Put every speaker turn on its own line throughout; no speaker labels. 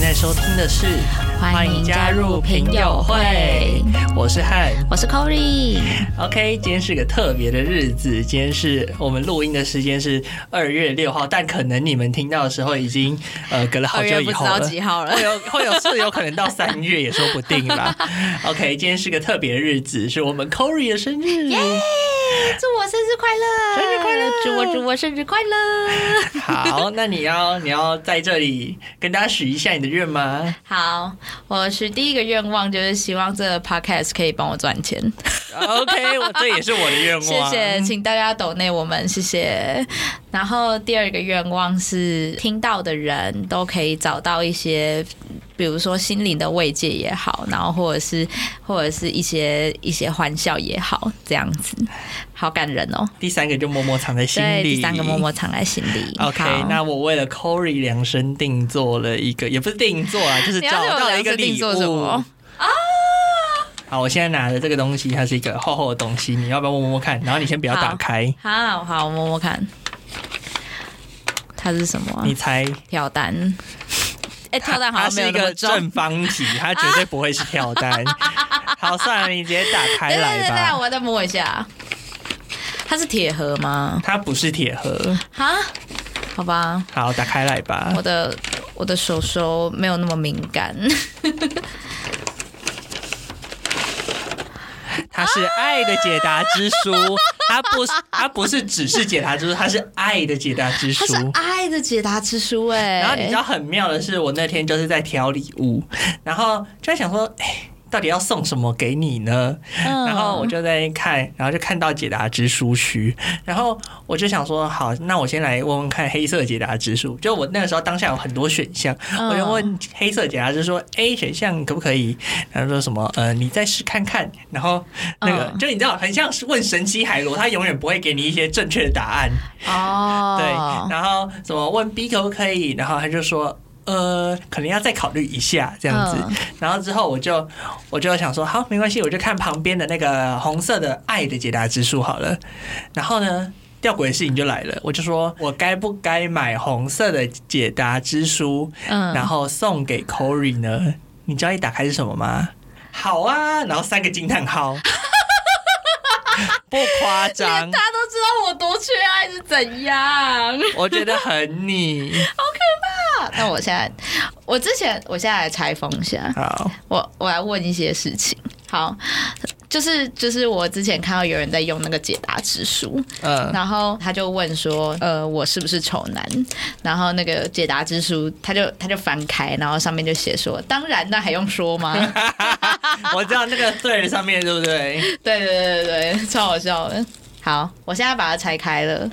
在收听的是《
欢迎加入评友会》，
我是汉。
我是 Corey，
OK，今天是个特别的日子，今天是我们录音的时间是二月六号，但可能你们听到的时候已经呃隔了好
二
久
月不
以
知
后
道
了。
几号了
会。有会有是有可能到三月也说不定 啦。OK，今天是个特别的日子，是我们 Corey 的生日。
祝我生日快乐！生日快乐！祝我祝我生日快乐！
好，那你要你要在这里跟大家许一下你的愿吗？
好，我是第一个愿望就是希望这个 podcast 可以帮我赚钱，
OK，我这也是我的愿望。
谢谢，请大家抖内我们，谢谢。然后第二个愿望是听到的人都可以找到一些，比如说心灵的慰藉也好，然后或者是或者是一些一些欢笑也好，这样子，好感人哦。
第三个就默默藏在心
对，
里。
第三个默默藏在心里。
OK，
好
那我为了 Corey 量身定做了一个，也不是定做 啊，就是
你要
找
是有
到了一
量
个
身定
礼
做什
物
么。啊
好，我现在拿的这个东西，它是一个厚厚的东西，你要不要摸摸看？然后你先不要打开，
好好，我摸摸看，它是什么啊、
你猜。
跳蛋？哎、跳蛋好
它
像
是
没有
一
那么
个
重。
正方体，它绝对不会是跳 单。好，算了，你直接打开
对对
来
对对，
吧。
我再摸一下。它是铁盒吗？
它不是铁盒，
哈，好吧，
好，打开来吧
我。的我的手手没有那么敏 感。
它是爱的解答之书，它不是，它不是只是解答之书，它是爱的解答之
它是
书。
爱的解答之书哎、
然后你知道很妙的是，我那天就是在挑礼物，然后就在想说，哎，到底要送什么给你呢？
嗯
然后我就在那边看，然后就看到解答之书区，然后我就想说，好，那我先来问问看黑色解答之书。就我那个时候当下有很多选项，
嗯
我就问黑色解答之说 A 选项可不可以？然后说什么呃，你再试看看。然后那个、
嗯
就你知道，很像是问神奇海螺，他永远不会给你一些正确的答案。
哦，
对，然后怎么问 B 可不可以，然后他就说。呃，可能要再考虑一下这样子，
嗯
然后之后我就我就想说，好，没关系，我就看旁边的那个红色的爱的解答之书好了。然后呢，吊诡的事情就来了，我就说我该不该买红色的解答之书，
嗯，
然后送给 Corey 呢？你知道一打开是什么吗？好啊，然后三个惊叹 号，不夸张
连大，家都知道我多缺爱是怎样。
我觉得很你
那我现在，我之前，我现在来拆封一下，
好。
我我来问一些事情。好，就是就是我之前看到有人在用那个解答之书，
嗯，
然后他就问说，呃，我是不是丑男？然后那个解答之书，他就他就翻开，然后上面就写说，当然，那还用说吗？
我知道那个 thread 上面对不对？
对对对对对，超好笑的。好，我现在把它拆开了。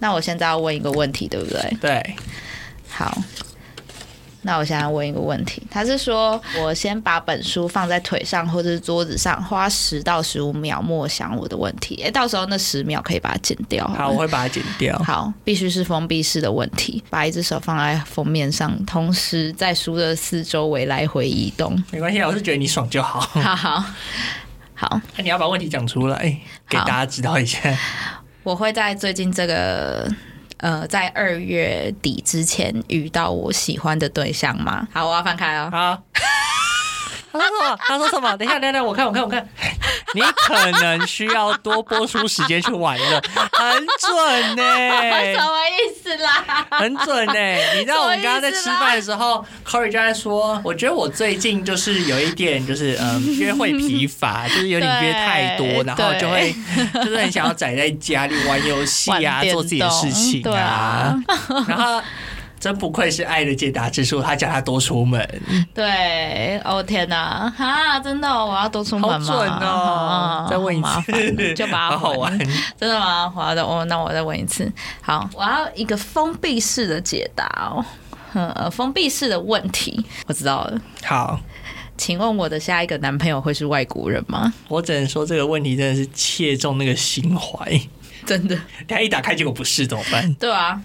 那我现在要问一个问题，对不对？
对，
好，那我现在问一个问题，他是说我先把本书放在腿上或者是桌子上，花十到十五秒默想我的问题。诶、到时候那十秒可以把它剪掉。
好，我会把它剪掉。
好，必须是封闭式的问题，把一只手放在封面上，同时在书的四周围来回移动。
没关系啊，我是觉得你爽就好。
好好好，
那你要把问题讲出来，给大家知道一下。
我会在最近这个呃，在二月底之前遇到我喜欢的对象吗？好，我要翻开哦。
好。他说什么？他说什么？等一下，等一下，我看，我看，我 看。你可能需要多播出时间去玩了，很准 呢、
什么意思啦？
很准呢、你知道我们刚刚在吃饭的时候，Corey 就在说，我觉得我最近就是有一点就是 嗯约会疲乏，就是有点约太多，
对
然后就会 就是很想要宅在家里玩游戏
玩
啊，
电
做
动
自己的事情
对
啊
啊。
然后真不愧是爱的解答之书，他叫他多出门，
对，哦天哪，哈，真的哦、我要多出门
好
吗？
准哦
啊！
再问一
好麻
次，
烦 就把
好
它
好
还
玩。
真的吗？好的，我那我再问一次。好，我要一个封闭式的解答哦。呃，封闭式的问题，我知道了。
好，
请问我的下一个男朋友会是外国人吗？
我只能说这个问题真的是切中那个心怀。
真的？
他一打开，结果不是怎么办？
对啊，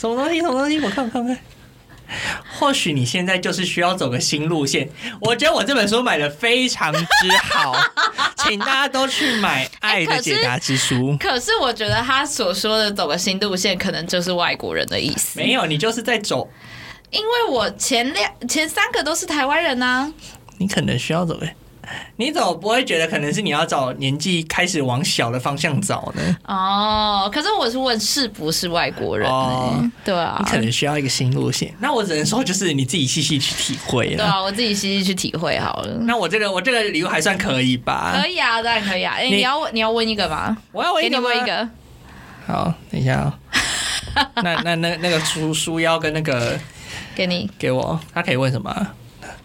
什么东西？什么东西？我看，我看，我看。或许你现在就是需要走个新路线。我觉得我这本书买的非常之 好，请大家都去买《爱的解答之书》
可是我觉得他所说的走个新路线，可能就是外国人的意思。
没有，你就是在走
因为我前两前三个都是台湾人啊呐、
你可能需要走哎。你怎么不会觉得可能是你要找年纪开始往小的方向找呢？
哦，可是我是问是不是外国人、欸？
哦
对啊
你，可能需要一个新路线。那我只能说，就是你自己细细去体会
对
了。
啊，我自己细细去体会好了。
那我这个我这个理由还算可以吧？
可以啊，当然可以啊。哎、
你
你要问你要问一个吗？
我要问
给
一
你
个吗
问一。个，
好，等一下 哦。那那那那个书书腰跟那个
给你，
给我，他可以问什么啊？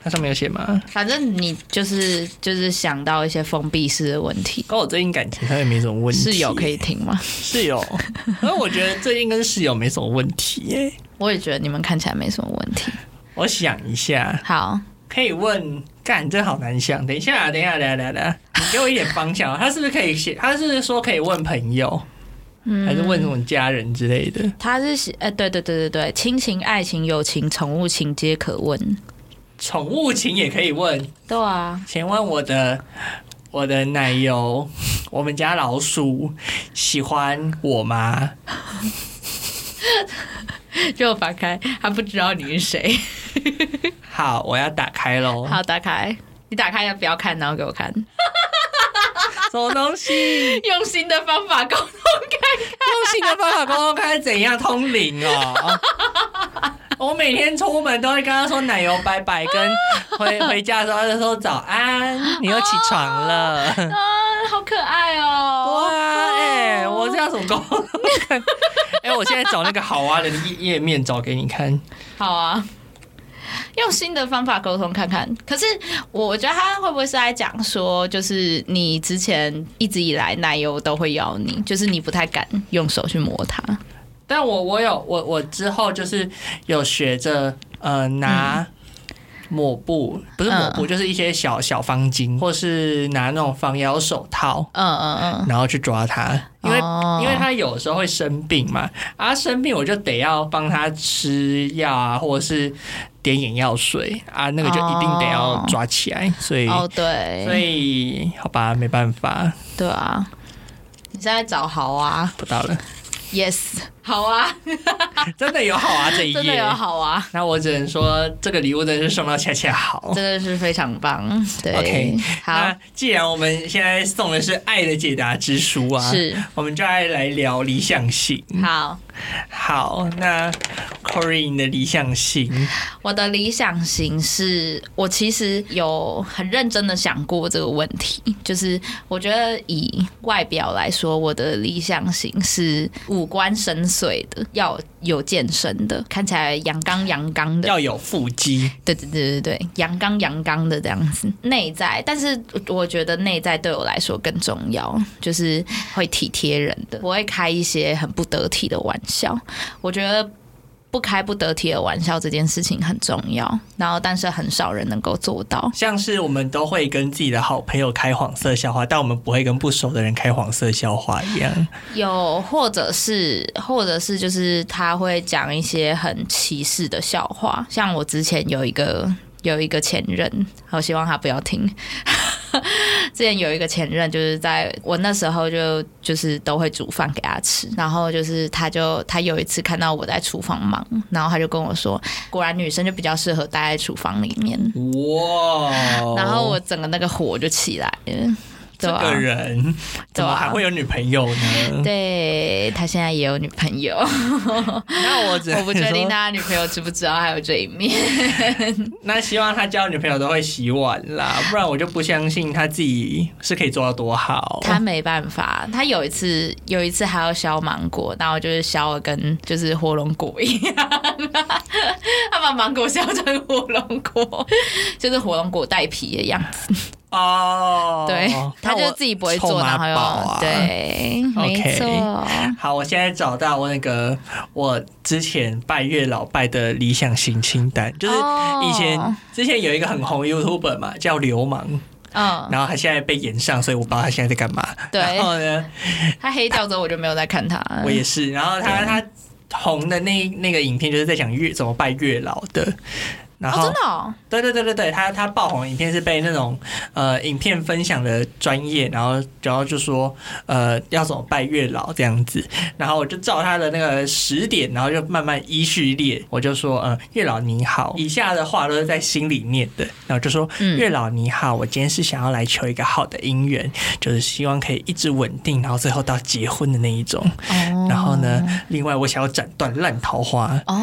它上面有写吗？
反正你就是就是想到一些封闭式的问题，
跟我最近感情上也没什么问题。
室友可以听吗？
室友，而我觉得最近跟室友没什么问题耶。
我也觉得你们看起来没什么问题。
我想一下，
好，
可以问，干这好难想。等一下啊，等一下，等一下，等一下等一下，你给我一点方向啊。他是不是可以写？他是不是说可以问朋友，还是问什么家人之类的？
他是写，呃，对对对对对，亲情、爱情、友情、宠物情皆可问。
宠物情也可以问。
对啊，
请问我的我的奶油，我们家老鼠喜欢我吗？
就打开，他不知道你是谁。
好，我要打开喽。
好，打开，你打开要不要看，然后给我看，
什么东西？
用新的方法沟通看看。
用新的方法沟通，看是怎样通灵哦。我每天出门都会跟他说奶油拜拜，跟回回家的时候他就说早安，你又起床了。
啊，好可爱哦！
哇，哎、我这样怎么沟通？ 哎、我现在找那个好啊玩的页页面找给你看。
好啊，用新的方法沟通看看。可是我我觉得他会不会是在讲说，就是你之前一直以来奶油都会咬你，就是你不太敢用手去摸它。
但我我有我我之后就是有学着呃拿抹布，
嗯
不是抹布，就是一些小小方巾，或是拿那种防咬手套，
嗯嗯嗯，
然后去抓它，因为、
哦
因为它有时候会生病嘛，啊生病我就得要帮它吃药啊，或者是点眼药水啊，那个就一定得要抓起来，所以、
哦
所
对，
以好吧，没办法，
对啊。你现在找好啊
不到了，
，yes，好啊，
真的有好啊这一
真的
页。
有好啊，
那我只能说，这个礼物真的是送到恰恰好。
真的是非常棒，对
OK，
好
那，既然我们现在送的是《爱的解答之书》啊，
是
我们就来来聊理想型。
好，
好，那 Corin 的理想型，
我的理想型是我其实有很认真的想过这个问题，就是我觉得以外表来说，我的理想型是五官深邃的，要有健身的，看起来阳刚阳刚的，
要有腹肌，
对对对对对，阳刚阳刚的这样子，内在，但是我觉得内在对我来说更重要，就是会体贴人的，不会开一些很不得体的玩笑。我觉得不开不得体的玩笑这件事情很重要，然后但是很少人能够做到。
像是我们都会跟自己的好朋友开黄色笑话，但我们不会跟不熟的人开黄色笑话一样。
有，或者是，或者是，就是他会讲一些很歧视的笑话，像我之前有一个有一个前任，我希望他不要听。 之前有一个前任，就是在我那时候就就是都会煮饭给他吃，然后就是他就他有一次看到我在厨房忙，然后他就跟我说，果然女生就比较适合待在厨房里面，
哇！
然后我整个那个火就起来了，对
哦
啊
这
吧、
个人怎么还会有女朋友 呢？
对他现在也有女朋友。
那 我只能
我不确定
说
他女朋友知不知道还有这 一面。
那希望他交女朋友都会洗碗 啦，不然我就不相信他自己是可以做到多好。
他没办法，他有一次有一次还要削芒果，然后就是削的跟就是火龙果一样，他把芒果削成火龙果，就是火龙果带皮的样子。
哦，
对，他就自己不会做，然后
还有
又、对，没
OK
错。
啊好，我现在找到我那个我之前拜月老拜的理想型清单，就是
哦
以前、之前有一个很红的 YouTuber 嘛，叫流氓，
嗯，
然后他现在被延上，所以我不知道他现在在干嘛。
对嗯
然后呢，
他黑掉之后我就没有再看他。
我也是。然后他他红的那那个影片就是在讲月怎么拜月老的，然
哦，
后、
真的哦，
对对对对对，他他爆红的影片是被那种呃影片分享的专业，然后然后就说呃要怎么拜月老这样子，然后我就照他的那个十点，然后就慢慢依序列，我就说呃月老你好，以下的话都是在心里念的，然后就说、
嗯
月老你好，我今天是想要来求一个好的姻缘，就是希望可以一直稳定，然后最后到结婚的那一种，
哦
然后呢，另外我想要斩断烂桃花，
哦，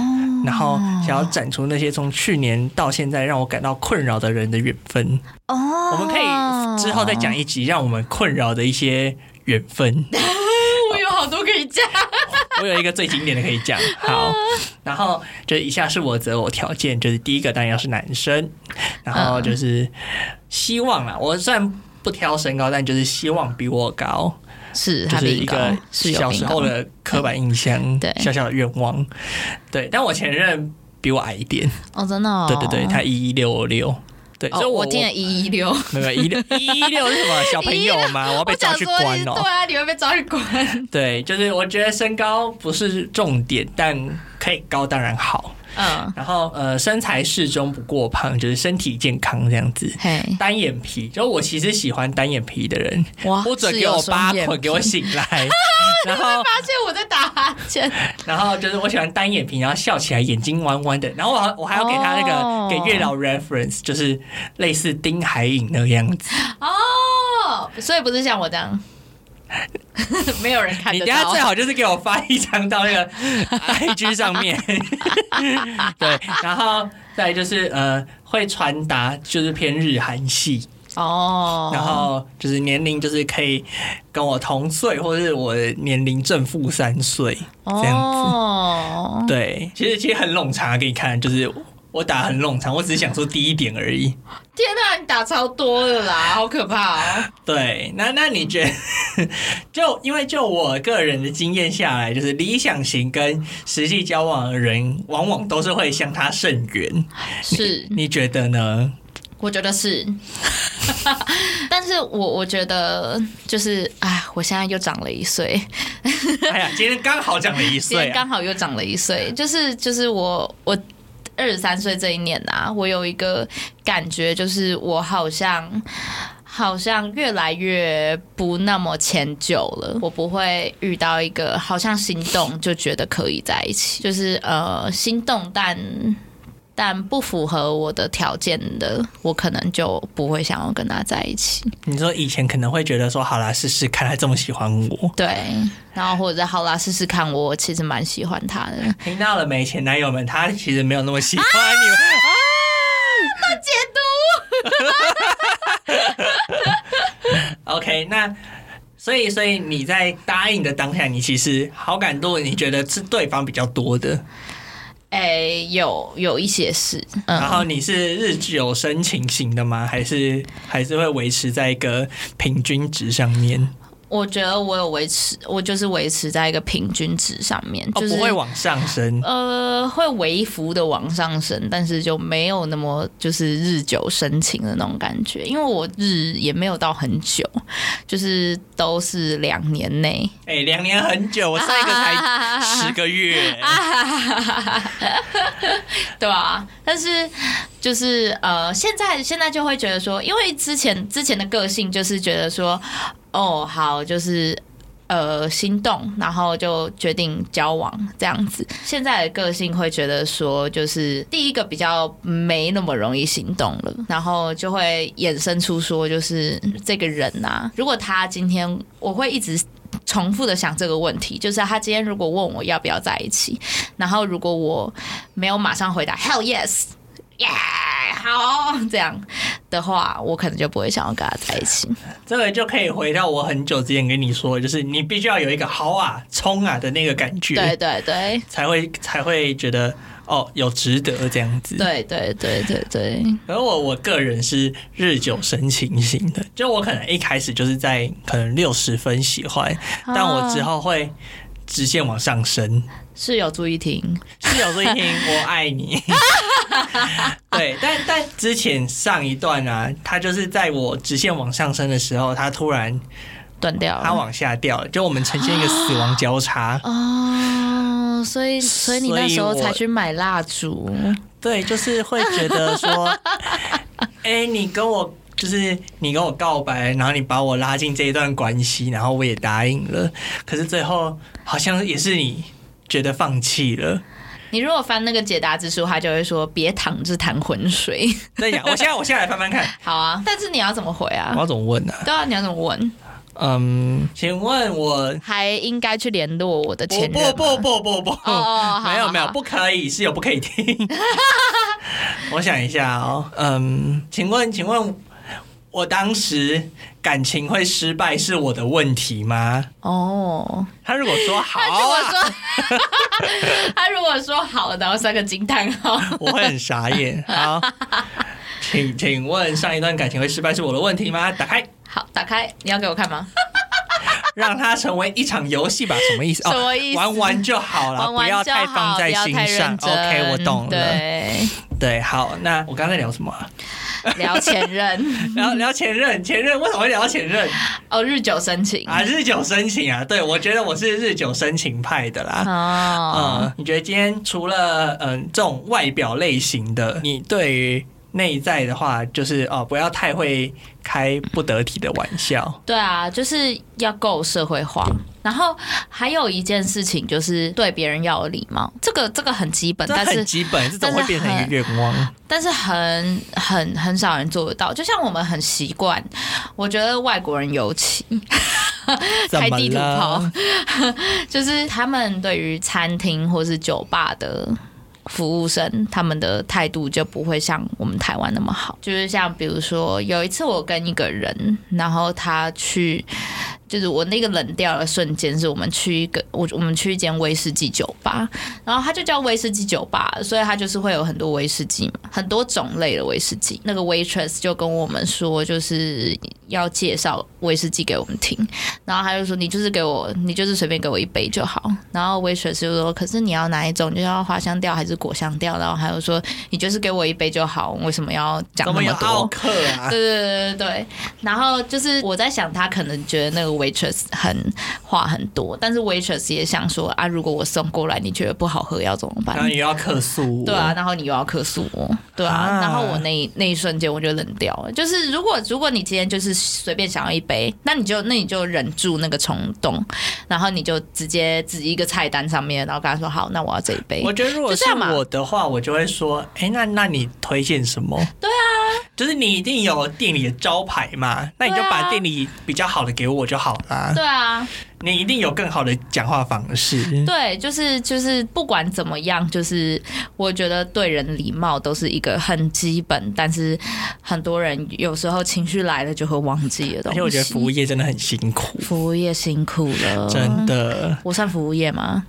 然后想要斩除那些从去年到现在让我感到困扰的人的缘分。
哦，
我们可以之后再讲一集让我们困扰的一些缘分。
我有好多可以讲。
我有一个最经典的可以讲， 好，然后就以下是我择偶条件，就是第一个当然要是男生，然
嗯
后就是希望啦，我虽然不挑身高，但就是希望比我高，
是
就
他
是
比
一
你高
个
是有
小
比你
时
高
候的刻板印象，
对
小小的愿望，对，但我前任比我矮一点。
哦，真的、哦，
对对对，他一一六六。对，
哦
所以我
我进了一一六，
没有 一六一六是什么小朋友吗？ 我要被抓去关
我想说
哦
你。对啊，你会被抓去 关。
对，就是我觉得身高不是重点，但可以高当然好。
嗯，
然后呃，身材适中不过胖，就是身体健康这样子。
嘿，
单眼皮，就我其实喜欢单眼皮的人，
哇
不准
哦是
给
有
我八
双眼
捆，给我
皮
醒来。然 后，
发现我在打哈 欠。
然后就是我喜欢单眼皮，然后笑起来眼睛弯弯的。然后我还我还要给他那个、
哦
给月老 reference，就是类似丁海颖那个样子。
哦，所以不是像我这样， 没有人看
你
得
等下
到
最。好就是给我发一张到那 个 IG 上面，对，然后再就是呃，会传达就是偏日韩系，
哦，
然后就是年龄就是可以跟我同岁，或是我年龄正负三岁 这样子。
哦，
对，其实其实很冗长，啊给你看，就是我打很冗长，我只是想说第一点而已。
天哪、你打超多的啦，好可怕哦！
对，那那你觉得， 就因为就我个人的经验下来，就是理想型跟实际交往的人，往往都是会相差甚远。
是，
你觉得 呢？
我觉得是， 但是我我觉得就是，哎，我现在又长了一岁，
哎呀，今天刚好长了一
今
岁
天
啊！
刚好又长了一岁，就是就是我我二十三岁这一年啊，我有一个感觉，就是我好像。好像越来越不那么迁就了，我不会遇到一个好像心动就觉得可以在一起，就是呃心动但但不符合我的条件的，我可能就不会想要跟他在一起。
你说以前可能会觉得说，好啦，试试看，他这么喜欢我，
对，然后或者好啦试试看，我其实蛮喜欢他的。
听到了没，前男友们，他其实没有那么喜欢你们。
啊解读。啊
OK，那所以所以你在答应的当下，你其实好感度你觉得是对方比较多的，
哎、有有一些是，
然
嗯，
后你是日久生情型的吗？还是还是会维持在一个平均值上面？
我觉得我有维持，我就是维持在一个平均值上面，就是、
哦，不会往上升。
呃，会微幅的往上升，但是就没有那么就是日久生情的那种感觉，因为我日也没有到很久，就是都是两年内。
哎、两年很久，我上一个 才十个月。
对啊，但是就是呃，现在现在就会觉得说，因为之前之前的个性就是觉得说，哦，好，就是呃心动，然后就决定交往这样子。现在的个性会觉得说，就是第一个比较没那么容易心动了，然后就会衍生出说，就是这个人啊，如果他今天我会一直。重复的想这个问题，就是他今天如果问我要不要在一起，然后如果我没有马上回答 Hell yes。耶、好，这样的话，我可能就不会想要跟他在一起。
这个就可以回到我很久之前跟你说，就是你必须要有一个好啊、冲啊的那个感
对
觉，
对对
才会才会觉得哦有值得这样子。
对对对对对，
而我我个人是日久生情型的，就我可能一开始就是在可能六十分喜欢，但我之
啊
后会直线往上升。
是有注意听，
室友最近我爱你。对，但但之前上一段啊，他就是在我直线往上升的时候，他突然
断掉
他
了。。
往下掉了，就我们呈现一个死亡交叉
哦，所以所以你那时候
所以我
才去买蜡烛，
对，就是会觉得说，哎、你跟我就是你跟我告白，然后你把我拉进这一段关系，然后我也答应了，可是最后好像也是你觉得放弃了。
你如果翻那个解答之书，他就会说别淌这潭浑水。
对呀，我现在我现在来翻翻看，
好啊，但是你要怎么回
我
啊？
要怎么问呢、啊？
对啊，你要怎么问？
嗯，请问我
还应该去联络我的
不
前任吗
不不不不不，
哦 哦好
没有
好
没有，
好
不可以，室友不可以听。 我想一下哦，嗯，请问请问，我当时感情会失败是我的问题吗？
哦，
他如果说好
他如果
啊，
说 他如果说好，然后三个惊叹 号，
我会很傻 眼。好，请请问上一段感情会失败是我的问题吗？打开，
好，打开，你要给我看吗？
让它成为一场游戏吧，什么意思？
什
哦，
么意思？
玩玩就好了，
玩玩
不要
就
太
好
放在
不要
心
太
上
认。真嗯
OK，我懂了。
对，
对，好，那我刚才聊什么啊？
聊 前任
聊聊前任，前任为什么会聊到前任
哦，日久生情
啊？日久生情啊，对我觉得我是日久生情派的啦。
哦，
嗯，你觉得今天除了嗯这种外表类型的，你对于内在的话，就是哦不要太会开不得体的玩笑。
对啊，就是要够社会化。然后还有一件事情就是对别人要有礼貌，这个这个很基本，
这
呃但
很
是
基本，这怎么会变成一个愿望？
但是很很很少人做得到。就像我们很习惯，我觉得外国人尤其
怎
开
么
地图炮
了？，
就是他们对于餐厅或是酒吧的。服务生他们的态度就不会像我们台湾那么好，就是像比如说有一次我跟一个人，然后他去，就是我那个冷掉的瞬间是我们去一个我我们去一间威士忌酒吧，然后它就叫威士忌酒吧，所以它就是会有很多威士忌嘛，很多种类的威士忌。那个 waitress 就跟我们说，就是要介绍威士忌给我们听，然后他就说你就是给我，你就是随便给我一杯就好。然后 waitress 就说，可是你要哪一种？你就要花香调还是果香调？然后他就说你就是给我一杯就好，为什么要讲
怎
那
么
么
有
多？
奥克啊？
对对对对对。然后就是我在想，他可能觉得那个 waitress 很话很多，但是 waitress 也想说啊，如果我送过来你觉得不好喝要怎么办
然后？你又要客诉我？
对啊，然后你又要客诉我，对啊，
啊
然后我那一那一瞬间我就冷掉了。就是如果如果你今天就是随便想要一杯，那你就那你就忍住那个冲动，然后你就直接指一个菜单上面，然后跟他说好，那我要这一杯
我。觉得如果
欸就是这样嘛
我的话，我就会说，哎、那那你推荐什么？对啊，就是你一定有店里的招牌嘛，那你就
对啊
把店里比较好的给我就好啦。
对啊，
你一定有更好的讲话方式。
对，就是就是，不管怎么样，就是我觉得对人礼貌都是一个很基本，但是很多人有时候情绪来了就会忘记的东
而
西。
且我觉得服务业真的很辛苦，
服务业辛苦了，
真。 的。
我算服务业吗？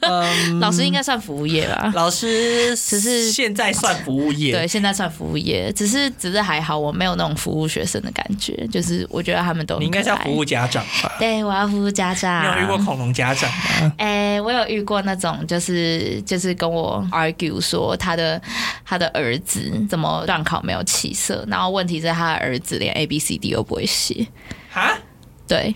嗯，
老师应该算服务业吧？
老师
只是
现在算服务业，
对，现在算服务业，只是只是还好，我没有那种服务学生的感觉，就是我觉得他们都很
你应该是要
可爱
服务。家长吧？
对，我要服务家
你
长。
有遇过恐龙家长吗？
哎、我有遇过那种，就是就是跟我 argue 说他的他的儿子怎么段考没有起色，然后问题是他的儿子连 A B C D 都不会写，
啊，
对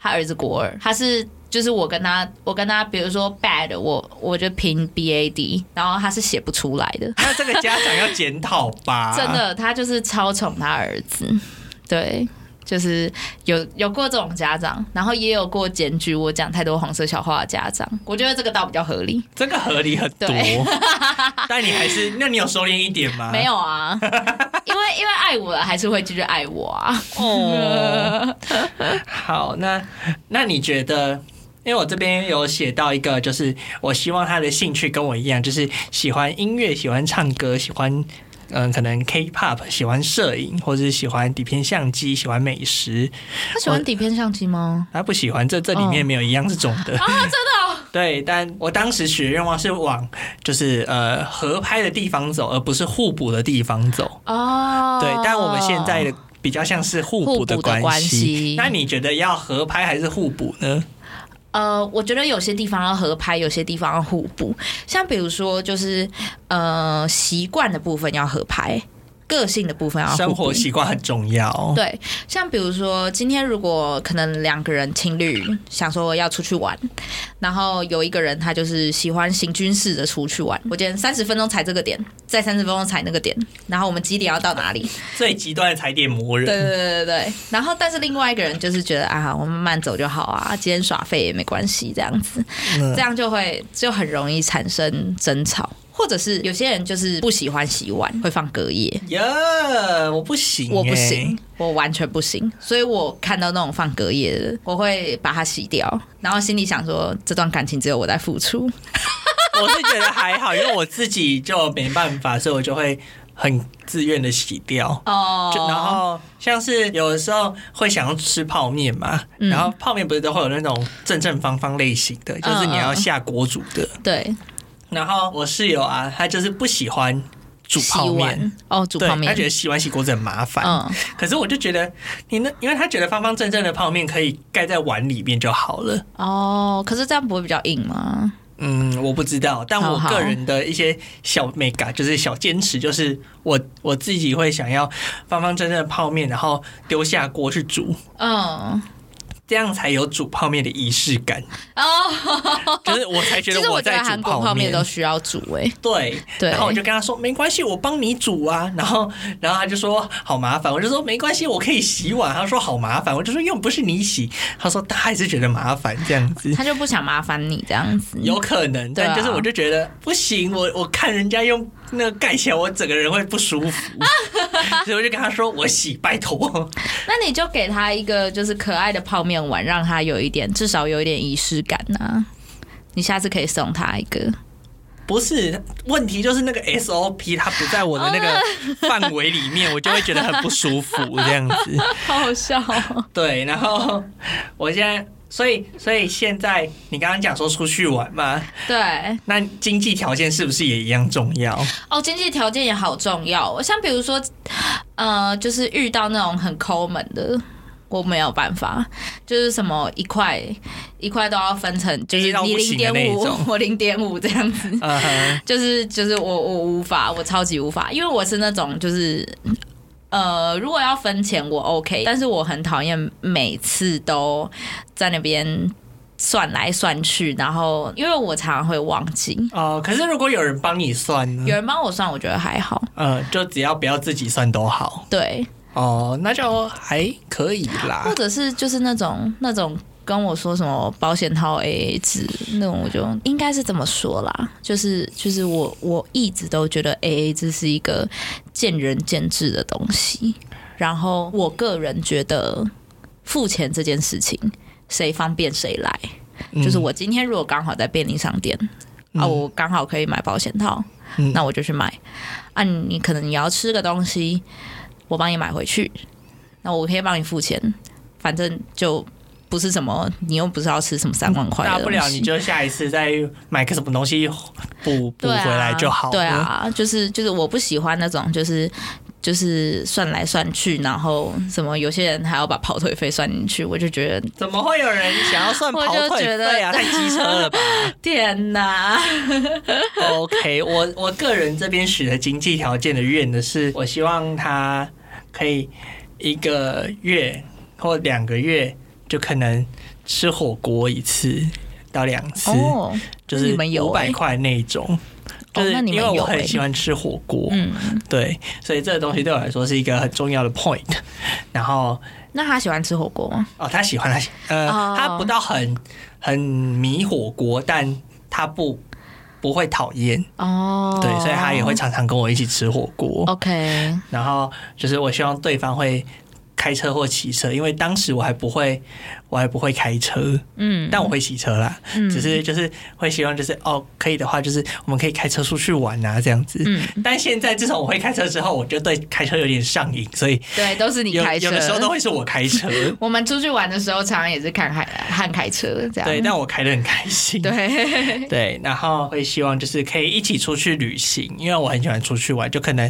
他儿子国二，他是。就是我跟他，我跟他，比如说 bad，我我就拼 b a d，然后他是写不出来的，
那这个家长要检讨吧？
真的，他就是超宠他儿子，对，就是有有过这种家长，然后也有过检举我讲太多黄色笑话的家长，我觉得这个倒比较合理，
这个合理很多
对，
但你还是，那你有收敛一点吗？
没有啊，因为因为爱我了，还是会继续爱我啊。
哦。 好，那那你觉得？因为我这边有写到一个，就是我希望他的兴趣跟我一样，就是喜欢音乐，喜欢唱歌，喜欢嗯，可能 K-pop，喜欢摄影，或者是喜欢底片相机，喜欢美食。
他喜欢底片相机吗？
他不喜欢这这里面没有一样是中的。
啊，真的哦、
对，但我当时许的愿望是往就是呃合拍的地方走，而不是互补的地方走。
哦，
对，但我们现在的比较像是互补的
互补的关
系
系。
那你觉得要合拍还是互补呢？
呃，我觉得有些地方要合拍，有些地方要互补。像比如说，就是呃，习惯的部分要合拍。个性的部分要互补
生活习惯很重要。
对，像比如说，今天如果可能两个人情侣想说要出去玩，然后有一个人他就是喜欢行军式的出去玩，我今天三十分钟踩这个点，再三十分钟踩那个点，然后我们几点要到哪里？
最极端的踩点魔
对
人，
对对对对。然后，但是另外一个人就是觉得啊，我们慢慢走就好啊，今天耍废也没关系，这样子，
嗯
这样就会就很容易产生争吵。或者是有些人就是不喜欢洗碗，会放隔夜。
呀我不行、欸
我不行，，我完全不行，所以我看到那种放隔夜的，我会把它洗掉，然后心里想说，这段感情只有我在付出。
我是觉得还好，因为我自己就没办法，所以我就会很自愿的洗掉。
哦
就然后像是有的时候会想要吃泡面嘛，
嗯
然后泡面不是都会有那种正正方方类型的，就是你要下锅煮的。
对，
然后我室友啊，他就是不喜欢煮
洗
泡面，
碗哦，煮
对
泡面，
他觉得洗碗洗锅子很麻烦。
嗯
可是我就觉得你那，因为他觉得方方正正的泡面可以盖在碗里面就好了。
哦，可是这样不会比较硬吗？
嗯，我不知道，但我
好好
个人的一些小美感就是小坚持，就是我我自己会想要方方正正的泡面，然后丢下锅去煮，
嗯
这样才有煮泡面的仪式 感，
哦，
就是我才 觉
其
得
实我觉
在
得
煮
韩国泡面
面
都。需要煮欸诶、
对，
对
然后我就跟他说没关系，我帮你煮啊。然后，然后他就说好麻烦，我就说没关系，我可以洗碗。他说好麻烦，我就说又不是你洗。他说他还是觉得麻烦这样子。
他就不想麻烦你这样子。
有可能，
对啊
但就是我就觉得不行，我我看人家用那个盖起来，我整个人会不舒 服，所以我就跟他说我洗，拜托。
那你就给他一个就是可爱的泡面碗，让他有一点至少有一点仪式感啊。你下次可以送他一个。
不是，问题就是那个 SOP 它不在我的那
啊
个范围里面，我就会觉得很不舒服这样子。
好好笑、哦。
对，然后我现在。所以，所以现在你刚刚讲说出去玩嘛，
对，
那经济条件是不是也一样重 要？
哦，经济条件也好重要哦。像比如说，呃，就是遇到那种很抠门的，我没有办法，就是什么一块一块都要分成，就是
低到
你
不
零
行的
点
那一
五
种，
我零点五这样子。
嗯哼，
就是就是我我无法，我超级无法，因为我是那种就是。呃，如果要分钱，我 OK，但是我很讨厌每次都在那边算来算去，然后因为我常常会忘记，
哦，可是如果有人帮你算呢
有？人帮我算，我觉得还好。
呃，就只要不要自己算都好。
对，
哦，那就还可以啦
或。者是就是那种那种跟我说什么保险套 AA 制那种，我就应该是这么说啦，就是就是我我一直都觉得 AA 制是一个见仁见智的东西，然后我个人觉得付钱这件事情，谁方便谁来。就是我今天如果刚好在便利商店、啊，
嗯
我刚好可以买保险套，
嗯
那我就去买。啊，你你可能你要吃个东西，我帮你买回去，那我可以帮你付钱，反正就不是什么，你又不是要吃什么三万块
嗯
的
大
东西，
不了你就下一次再买个什么东西补补
对啊
回来就好了。
对啊，就是就是我不喜欢那种就是。就是算来算去，然后什么有些人还要把跑腿费算进去，我就觉得
怎么会有人想要算跑
我就
腿
觉
费
得
啊？太机车 了吧
天哪！
？OK，我我个人这边许的经济条件的愿的是，我希望他可以一个月或两个月就可能吃火锅一次到两次，
哦，
就是
你们有
五百
欸
块那一种。
哦
就是
那你
因
们
为我
有欸
很喜欢吃火锅，
嗯，
对，所以这个东西对我来说是一个很重要的 point。然 后
那他喜欢吃火锅吗？
哦，他喜欢他喜呃
哦
他不到很很迷火锅，但他不不会讨厌，
哦，
对，所以他也会常常跟我一起吃火锅。
OK，
然后就是我希望对方会。开车或骑车，因为当时我还不会，我还不会开车，
嗯，
但我会骑车啦。
嗯
只是就是会希望就是哦，可以的话就是我们可以开车出去玩啊这样子。
嗯，
但现在自从我会开车之后，我就对开车有点上瘾，所以
对，都是你
有
开车，
有的时候都会是我开 车，
我们出去玩的时候，常常也是看开汉开车这样，
对，但我开的很开心。
对
对然后会希望就是可以一起出去旅行，因为我很喜欢出去玩，就可能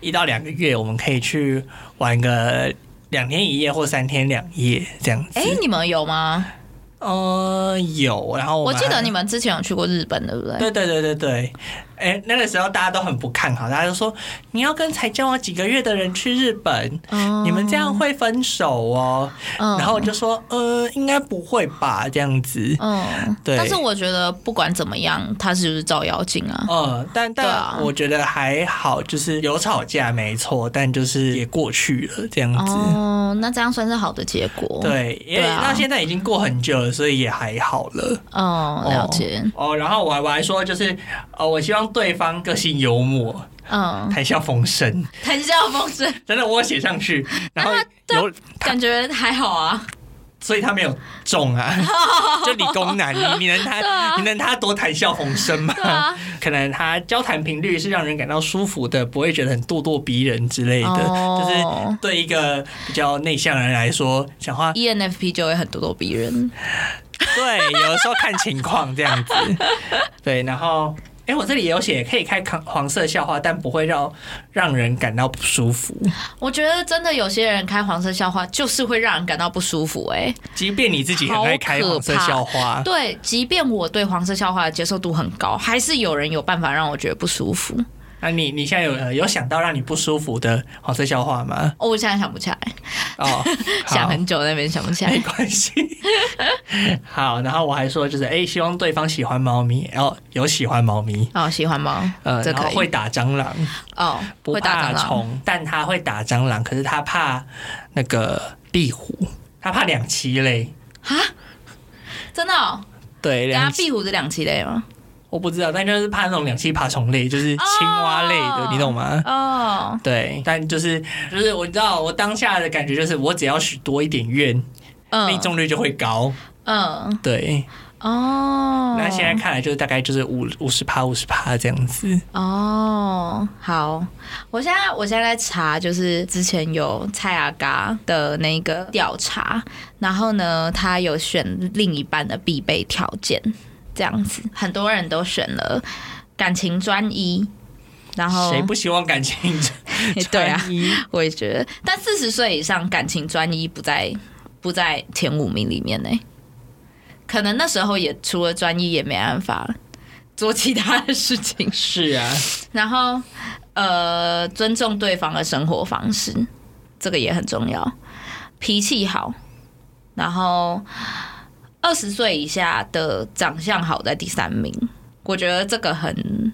一到两个月我们可以去玩个两天一夜或三天两夜这样子。
哎、你们有吗？
呃，有，然后我
我
们
记得
还
你们之前有去过日本，对不对？
对对对对对，哎、那个时候大家都很不看好，大家就说你要跟才交往几个月的人去日本，
哦
你们这样会分手哦。
嗯
然后我就说，呃，应该不会吧，这样子。
嗯，
对
但是我觉得不管怎么样，他是不是照妖精啊？
嗯，但
对啊
但我觉得还好，就是有吵架没错，但就是也过去了这样子。
哦，那这样算是好的结果。，
对，因为
对啊
到现在已经过很久了，所以也还好了。
哦，了解。
哦，然后我还我还说，就是呃，我希望对方个性幽默，
嗯，
谈笑风生，
谈笑风生，
真的我有写上去，然后
对啊
有
感觉还好啊。
所以他没有中 啊，就理工男，你你能他、
对啊
你能他多谈笑风生吗？
对啊，
可能他交谈频率是让人感到舒服的，不会觉得很咄咄逼人之类的，
哦
就是对一个比较内向的人来 说，讲话
ENFP 就会很咄咄逼人。
对，有的时候看情况这样子，对，然后。哎、我这里也有写，可以开黄黄色笑话，但不会让让人感到不舒服。
我觉得真的有些人开黄色笑话，就是会让人感到不舒服、欸。
即便你自己很爱开黄色
好可怕
笑话，
对，即便我对黄色笑话的接受度很高，还是有人有办法让我觉得不舒服。
那你你现在有呃有想到让你不舒服的黄色笑话吗？
哦，我现在想不起来，
哦，
想
好
很久那边想不 起
没
来。
关 系。好，然后我还说就是，哎、希望对方喜欢猫咪，然、后有喜欢猫咪，
哦，喜欢猫，
呃，
这
然后
可以。
会打蟑螂，
哦，
不
会打
怕
蟑螂。
虫，但他会打蟑螂，可是他怕那个壁虎，他怕两栖类。
真的、哦，
对，
等下
两栖
壁虎是两栖类吗？
我不知道，但就是怕那种两栖爬虫类，就是青蛙类的，
哦
你懂吗？
哦，
对，但就是就是我知道我当下的感觉就是，我只要许多一点愿，命
嗯
中率就会高。
嗯，
对，
哦，
那现在看来就是大概就是五五十趴五十趴这样子。
哦，好，我现在我现在在查，就是之前有蔡阿嘎的那个调查，然后呢，他有选另一半的必备条件，这样子，很多人都选了感情专一，然后
谁不希望感情
哦 对啊
专一？
我也觉得，但四十岁以上感情专一不在不在前五名里面呢、可能那时候也除了专一也没办法做其他的事情，
是啊，
然后呃，尊重对方的生活方式，这个也很重要，脾气好，然后二十岁以下的长相好在第三名，我觉得这个很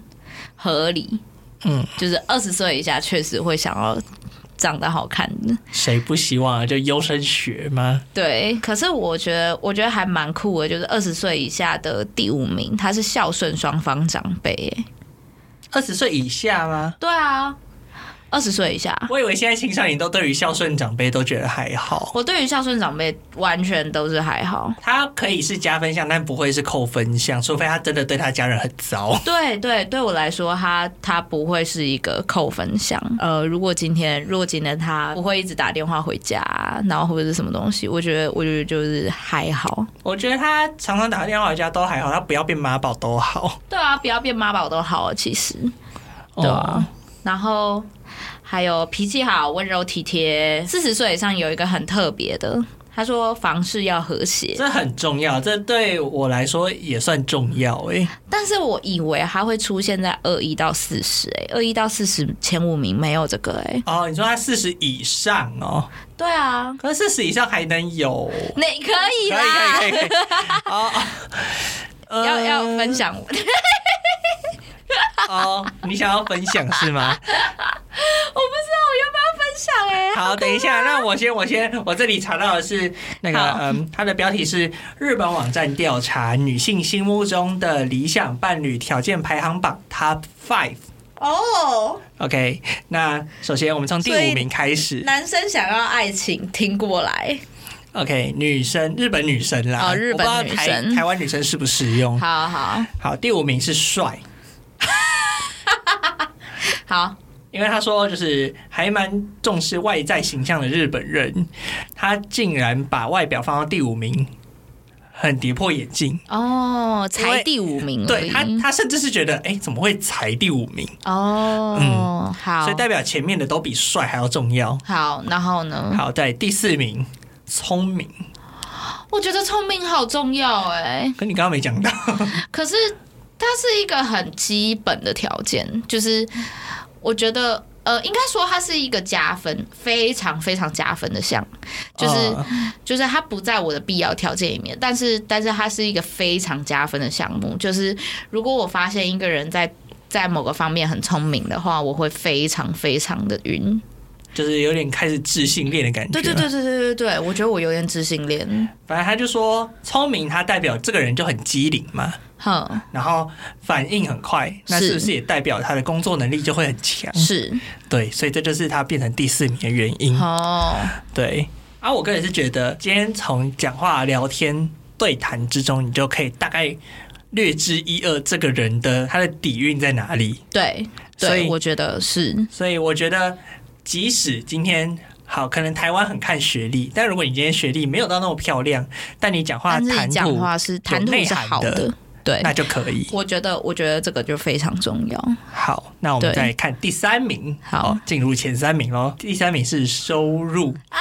合理，
嗯，
就是二十岁以下确实会想要长得好看的。
谁不希望啊？就优生学吗？
对，可是我觉得，我觉得还蛮酷的，就是二十岁以下的第五名，他是孝顺双方长辈耶。
二十岁以下吗？
对啊，二十岁以下，
我以为现在青少年都对于孝顺长辈都觉得还好，
我对于孝顺长辈完全都是还好。
他可以是加分项，但不会是扣分项，除非他真的对他家人很糟。
对对，对我来说，他他不会是一个扣分项。呃，如果今天如果今天他不会一直打电话回家，然后或者是什么东西，我觉得我觉得就是还好。
我觉得他常常打电话回家都还好，他不要变妈宝都好。
对啊，不要变妈宝都好了，其实对
哦
啊。然后还有脾气好、温柔体贴。四十岁以上有一个很特别的，他说房事要和谐，
这很重要，这对我来说也算重要欸诶、
但是我以为他会出现在二一到四十，哎，二一到四十前五名没有这个、哎，
哦，你说他四十以上哦，
对啊，
可是四十以上还能有？
你可以啦，
可以可以可以可以。哦，哦
要要
呃
分享，我
哦，你想要分享是吗？
不知道我要不要分享哎、
好，等一下，那我先我先我这里查到的是那个
好
嗯，它的标题是日本网站调查女性心目中的理想伴侣条件排行榜 Top Five。
哦，
OK，那首先我们从第
所以
五名开始。
男生想要爱情，听过来。
OK，女生，日本女生啦，
哦日本
我不知道
女生
台台湾女生适不适用？
好好
好，第五名是帅，
好，
因为他说就是还蛮重视外在形象的日本人，他竟然把外表放到第五名，很跌破眼镜。
哦，
因
才
为
第五名而
对
已。
他，他甚至是觉得，哎、怎么会才第五名？
哦，好
嗯所以，代表前面的都比帅还要重要。
好，然后呢？
好，在第四名，聪明。
我觉得聪明好重要哎、
可你刚刚没讲到，
可是。它是一个很基本的条件，就是我觉得。呃，应该说它是一个加分，非常非常加分的项，就是、
啊
就是它不在我的必要条件里面，但是但是它是一个非常加分的项目。就是如果我发现一个人在在某个方面很聪明的话，我会非常非常的晕。
就是有点开始自信恋的感觉。
对对对对对对对，我觉得我有点自信恋。
反正他就说，聪明它代表这个人就很机灵嘛，
哼，
然后反应很快，那
是
是不是也代表他的工作能力就会很强？
是
对，所以这就是他变成第四名的原因。
哦，
对，啊，我个人是觉得，今天从讲话、聊天、对谈之中，你就可以大概略知一二这个人的他的底蕴在哪里。
对
所以
对，我觉得是
所以我觉得，即使今天好，可能台湾很看学历，但如果你今天学历没有到那么漂亮，但你讲话
但是
谈
你讲
吐，
话是谈吐
内
是
涵
好
的
的，对。
那就可以。
我觉得，我觉得这个就非常重要。
好，那我们
对
再看第三名，
好，
进入前三名喽。第三名是收入，
啊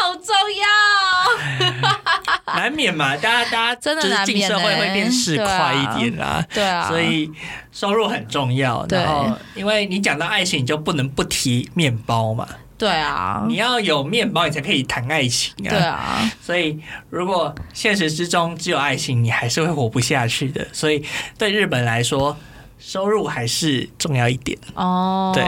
好重要，
难免嘛，大家大家
真的
就是
难
进
免
社会
欸
会变市
对
侩
啊
一点啦。
对啊，
所以收入很重要，
对
然后因为你讲到爱情，你就不能不提面包嘛，
对啊
你，要有面包，你才可以谈爱情啊。
对啊，
所以，如果现实之中只有爱情，你还是会活不下去的。所以，对日本来说，收入还是重要一点。
哦，
对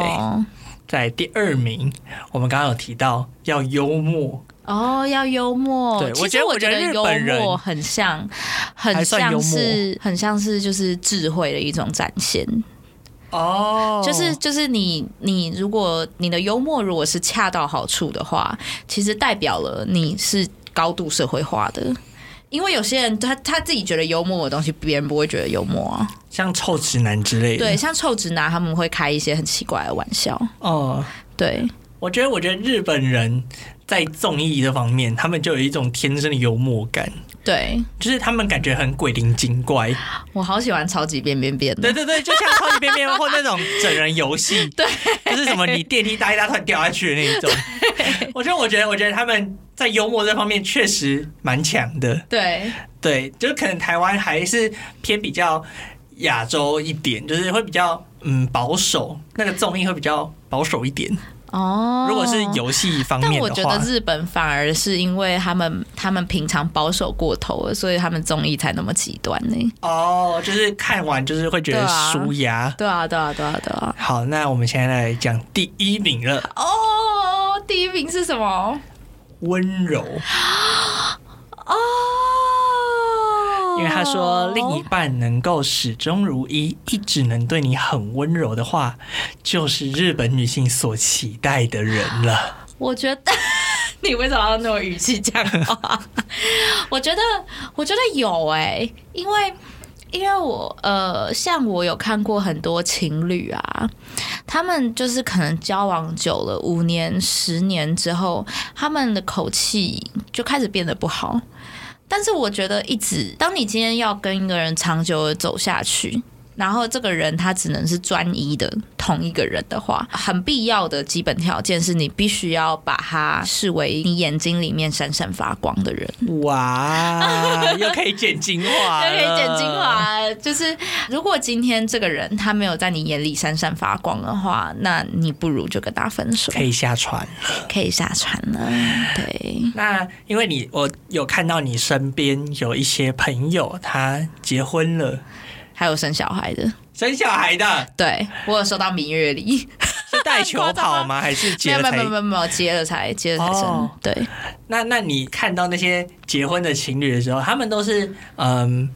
在第二名，我们刚刚有提到要幽默，
哦，要幽默。
对
其
我
实
觉得
我
我觉得日
幽
本人
默很像，
还
很
算幽
像
默
是很像是就是智慧的一种展现。
哦
就是就是你你如果你的幽默如果是恰到好处的话，其实代表了你是高度社会化的。因为有些人他他自己觉得幽默的东西，别人不会觉得幽默啊。
像臭直男之类的。
对，，像臭直男他们会开一些很奇怪的玩笑。
哦，
对，
我觉得，我觉得日本人在综艺这方面，他们就有一种天生的幽默感，
对
就是他们感觉很鬼灵精怪。
我好喜欢超级变变变
对
的。
对对，就像超级变变或那种整人游 戏，对，就是什么你电梯搭一搭突然掉下去的那一种。我觉得，我觉得，我觉得他们在幽默这方面确实蛮强的。
对
对，就是可能台湾还是偏比较亚洲一点，就是会比较嗯保守，那个综艺会比较保守一点。
哦，
如果是游戏方
但
面
我
的
觉
话
得，日本反而是因为他们他们平常保守过头了，所以他们综艺才那么极端呢、
哦，就是看完就是会觉得
对啊
舒压。
对啊，对啊，对啊，对啊。
好，那我们现在来讲第一名了，
哦，第一名是什么？
温柔。
哦，
因为他说另
哦
一半能够始终如一，一直能对你很温柔的话，就是日本女性所期待的人了。
我觉得 你为什么要那种语气讲 话？我觉得，我觉得有哎、因为因为我呃，像我有看过很多情侣啊，他们就是可能交往久了，五年、十年之后，他们的口气就开始变得不好。但是我觉得，一直当你今天要跟一个人长久的走下去，然后这个人他只能是专一的同一个人的话，很必要的基本条件是你必须要把他视为你眼睛里面闪闪发光的人。
哇，又可以剪精华，
可以剪精。华，就是如果今天这个人他没有在你眼里闪闪发光的话，那你不如就跟他分手
可，以下船。
可以下船了。对，
那因为你，我有看到你身边有一些朋友，他结婚了，
还有生小孩的，
生小孩的，
对我有收到明月礼，
是带 球跑吗？还是
没
结
有
了
没
才
有啊没？有没有没有接了才接了才生，
哦
对，
那那你看到那些结婚的情侣的时候，他们都是嗯，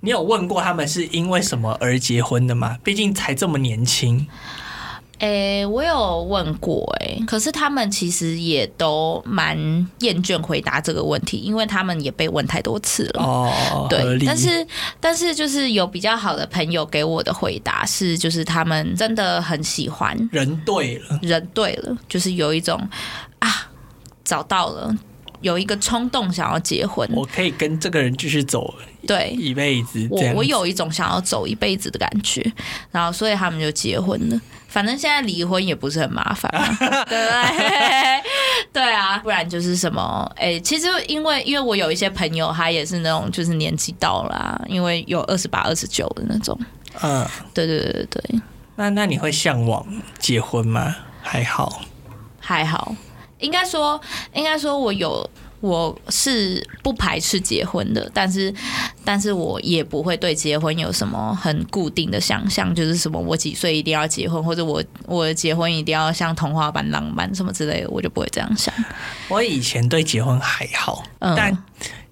你有问过他们是因为什么而结婚的吗？毕竟才这么年轻
诶、我有问过诶、
嗯
可是他们其实也都蛮厌倦回答这个问题，因为他们也被问太多次了。
哦，合
嗯对，
理
但是但是就是有比较好的朋友给我的回答是，就是他们真的很喜欢
人对了，
人对了，就是有一种啊找到了，有一个冲动想要结婚，
我可以跟这个人继续走
对。
一辈子。
我
这样
我有一种想要走一辈子的感觉，然后所以他们就结婚了。反正现在离婚也不是很麻烦嘛、 对 不对？对啊，不然就是什么？哎、其实因为因为我有一些朋友，他也是那种就是年纪到了啊、因为有二十八、二十九的那种，
嗯，
对对对对对，
那那你会向往结婚吗？还好，
还好，应该说，应该说我有，我是不排斥结婚的，但是，但是我也不会对结婚有什么很固定的想象，就是什么我几岁一定要结婚，或者我我结婚一定要像童话般浪漫什么之类的，我就不会这样想。
我以前对结婚还好，
嗯
但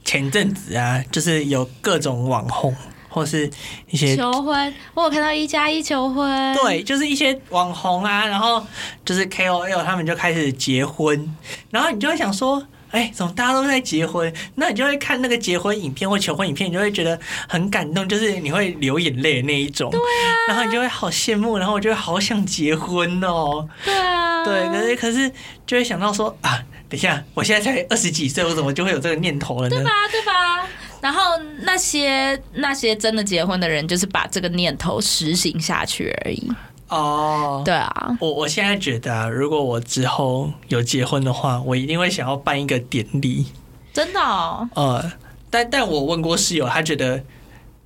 前阵子啊，就是有各种网红或是一些
求婚，我有看到一加一求婚，
对，就是一些网红啊，然后就是 KOL 他们就开始结婚，然后你就会想说，哎、怎么大家都在结婚？那你就会看那个结婚影片或求婚影片，你就会觉得很感动，就是你会流眼泪的那一种。对啊，然后你就会好羡慕，然后我就会好想结婚哦。
对啊，
对，可是可是就会想到说啊，等一下，我现在才二十几岁，我怎么就会有这个念头了
对
呢
吧？？对吧？然后那些那些真的结婚的人，就是把这个念头实行下去而已。
哦。
对啊，
我我现在觉得、啊，如果我之后有结婚的话，我一定会想要办一个典礼。
真的、哦，
呃，但但我问过室友，他觉得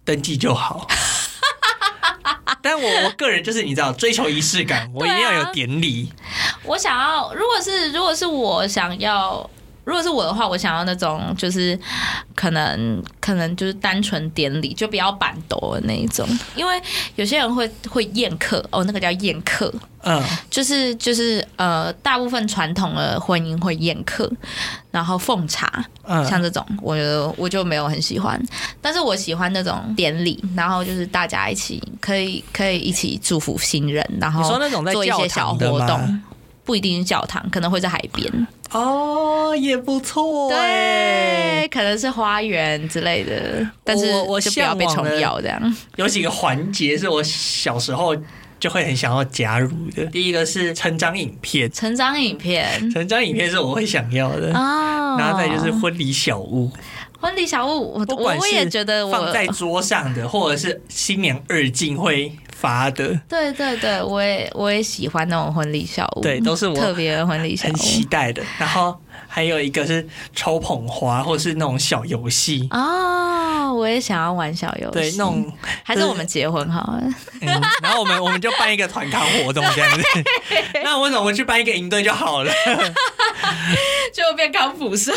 登记就好。 但我我个人就是你知道，追求仪式感，
啊
我一定要有典礼。
我想要，如果是如果是我想要。如果是我的话，我想要那种就是可能可能就是单纯典礼，就不要板斗的那一种，因为有些人会会宴客哦，那个叫宴客，
嗯，
就是就是呃，大部分传统的婚姻会宴客，然后奉茶，
嗯
像这种，我我就没有很喜欢，但是我喜欢那种典礼，然后就是大家一起可以可以一起祝福新人，然
你说
后
那种在
做一
教
些小
堂的
活
吗
动，不一定是教堂，可能会在海边，
哦，也不错哎、
对，可能是花园之类的，但是
我我
就不要被
向往
虫
的
咬这样。
有几个环节是我小时候就会很想要加入的。第一个是成长影片，
成长影片
成长影片是我会想要的。
哦，
嗯然后再就是婚礼小物，
婚礼小物，我
不
我
管
我
是
也觉得我
放在桌上的，或者是新娘二进会发的，
对对对，我也我也喜欢那种婚礼小屋，
对，都是我
特别的婚礼小
很期
屋
待的。然后还有一个是抽捧花，或是那种小游戏，
哦，我也想要玩小游戏，
对，那种。
还是我们结婚好了，
嗯，然后我们我们就办一个团康活动这 样子。那为什么不去办一个营队就好了？
就变康复社，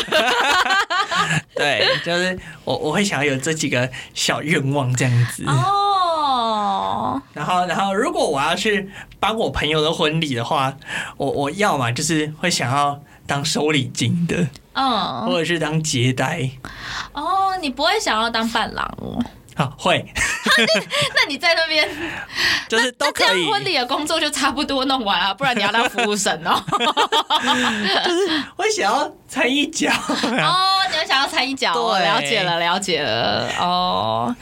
对，就是我我会想要有这几个小愿望这样子。
哦，
然后，然后如果我要去帮我朋友的婚礼的话，我我要嘛就是会想要当收礼金的，
嗯，
或者是当接待。
哦，你不会想要当伴郎哦？
啊，会，
那你在那边，
就是都
那这
可以
样。婚礼的工作就差不多弄完了，不然你要当服务生哦。
我想要参一脚。
哦，你有想要参一脚哦，
对
了解了，了解了。哦，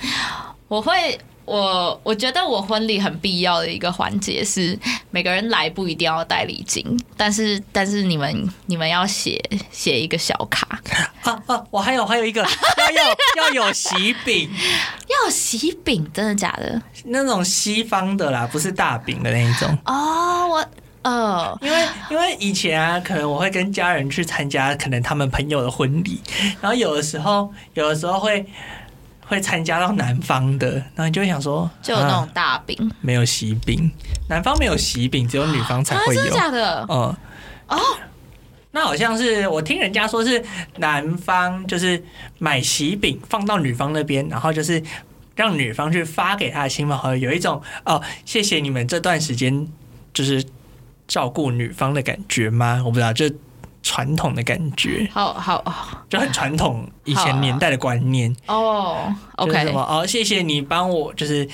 我会，我我觉得我婚礼很必要的一个环节是，每个人来不一定要带礼金，但是但是你们你们要写写一个小 卡，
啊啊！我还有还有 一个要要要有喜饼，
要有喜饼，真的假的？
那种西方的啦，不是大饼的那一种。
哦，我呃，
因为因为以前啊，可能我会跟家人去参加，可能他们朋友的婚礼，然后有的时候有的时候会会参加到南方的，然后你就会想说，
就有那种
啊
大饼，
没有喜饼，南方没有喜饼，只有女方才
啊，
会
真的
有。
假的？
哦、那好像是我听人家说是男方就是买喜饼放到女方那边，然后就是让女方去发给他的亲朋好友，有一种哦谢谢你们这段时间就是照顾女方的感觉吗？我不知道，就传统的感觉，
好好好
就很传统以前年代的观念。
哦
就是什
，OK，
么哦，谢谢你帮我，就是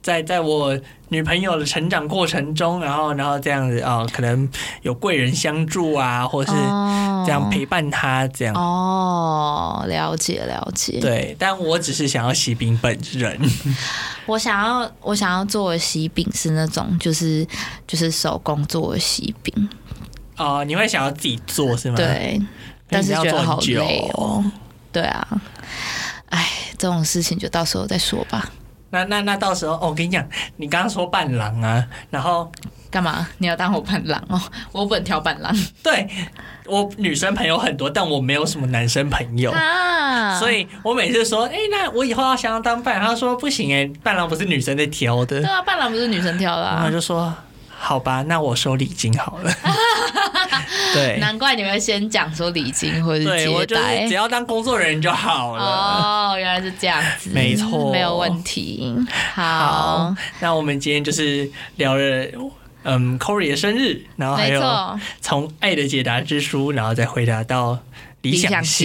在在我女朋友的成长过程中，然后然后这样子哦，可能有贵人相助啊，或是
哦
这样陪伴她这样。
哦，了解了解。
对，但我只是想要喜饼本人，
我想要，我想要做的喜饼是那种，就是就是手工做的喜饼，
哦、你会想要自己做是吗？，
对，但是
要
觉
做
得
很
好
久
累哦。对啊，哎，这种事情就到时候再说吧。
那那那到时候，哦，我跟你讲，你刚刚说伴郎啊，然后
干嘛？你要当我伴郎哦？ 我不 能挑伴郎
对我女生朋友很多，但我没有什么男生朋友。
啊的，
所以我每次说，哎、那我以后要想要当伴郎，他说不行哎、伴郎不是女生在挑的
对，啊，伴郎不是女生挑的、
然后
啊
我，就说好吧，那我收礼金好 了。对，
难怪你会先讲说礼金或者是
对我
接
就是
待
只。要当工作人员就好了。
哦，原来是这样子，
没错
没有问题。
好
好，，
那我们今天就是聊了。嗯，Corey 的生日，然后还
没
有
错，
从《爱的解答之书》，然后再回答到理想型。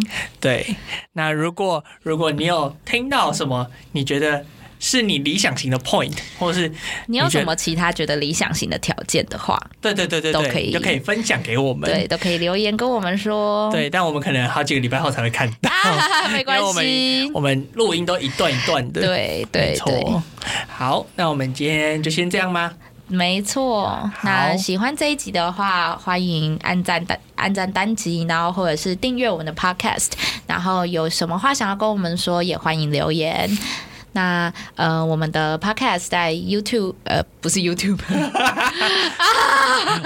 型，
对，那如果如果你有听到什么，你觉得是你理想型的 point，或是
你
你
有
觉
什
得
么其他觉得理想型的条件的话，
对对对对
嗯都
对，
可以
就可以分享给我们。
对，都可以留言跟我们说。
对但我们可能好几个礼拜后才会看到，
啊，没
因为
关
我
系
们。我们录音都一段一段的。
对
没
对对，
错。好，那我们今天就先这样 吗？
没错。那喜欢这一集的话，欢迎按赞单按赞单集，然后或者是订阅我们的 podcast。然后有什么话想要跟我们说，也欢迎留言。那呃，我们的 podcast 在 YouTube 呃，不是 YouTube，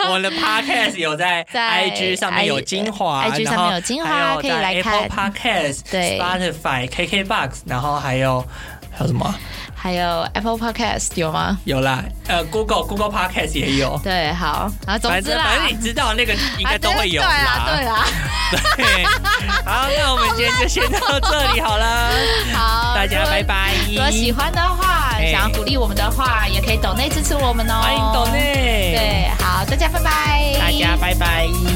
我的 podcast 有在
在
IG 上面有
I-
精华
IG 上面
然后
有精华
还有
可以
在
来
Apple
看
Podcast、
对
Spotify、KKBox，然后还有还有什么啊？
还有 Apple Podcast 有吗？
有啦，呃，Google Google Podcast 也有。
对，好，然后总
反
之
正
啦，
反正你知道那个应该都会有
啊对
啦。
啦，
对好，那我们今天就先到这里好了，
对啦， 好，
大家
如果
拜拜。
如果喜欢的话，
哎
想要鼓励我们的话，也可以抖内支持我们哦。
欢迎抖内，
对，好，大家拜拜。
大家拜拜。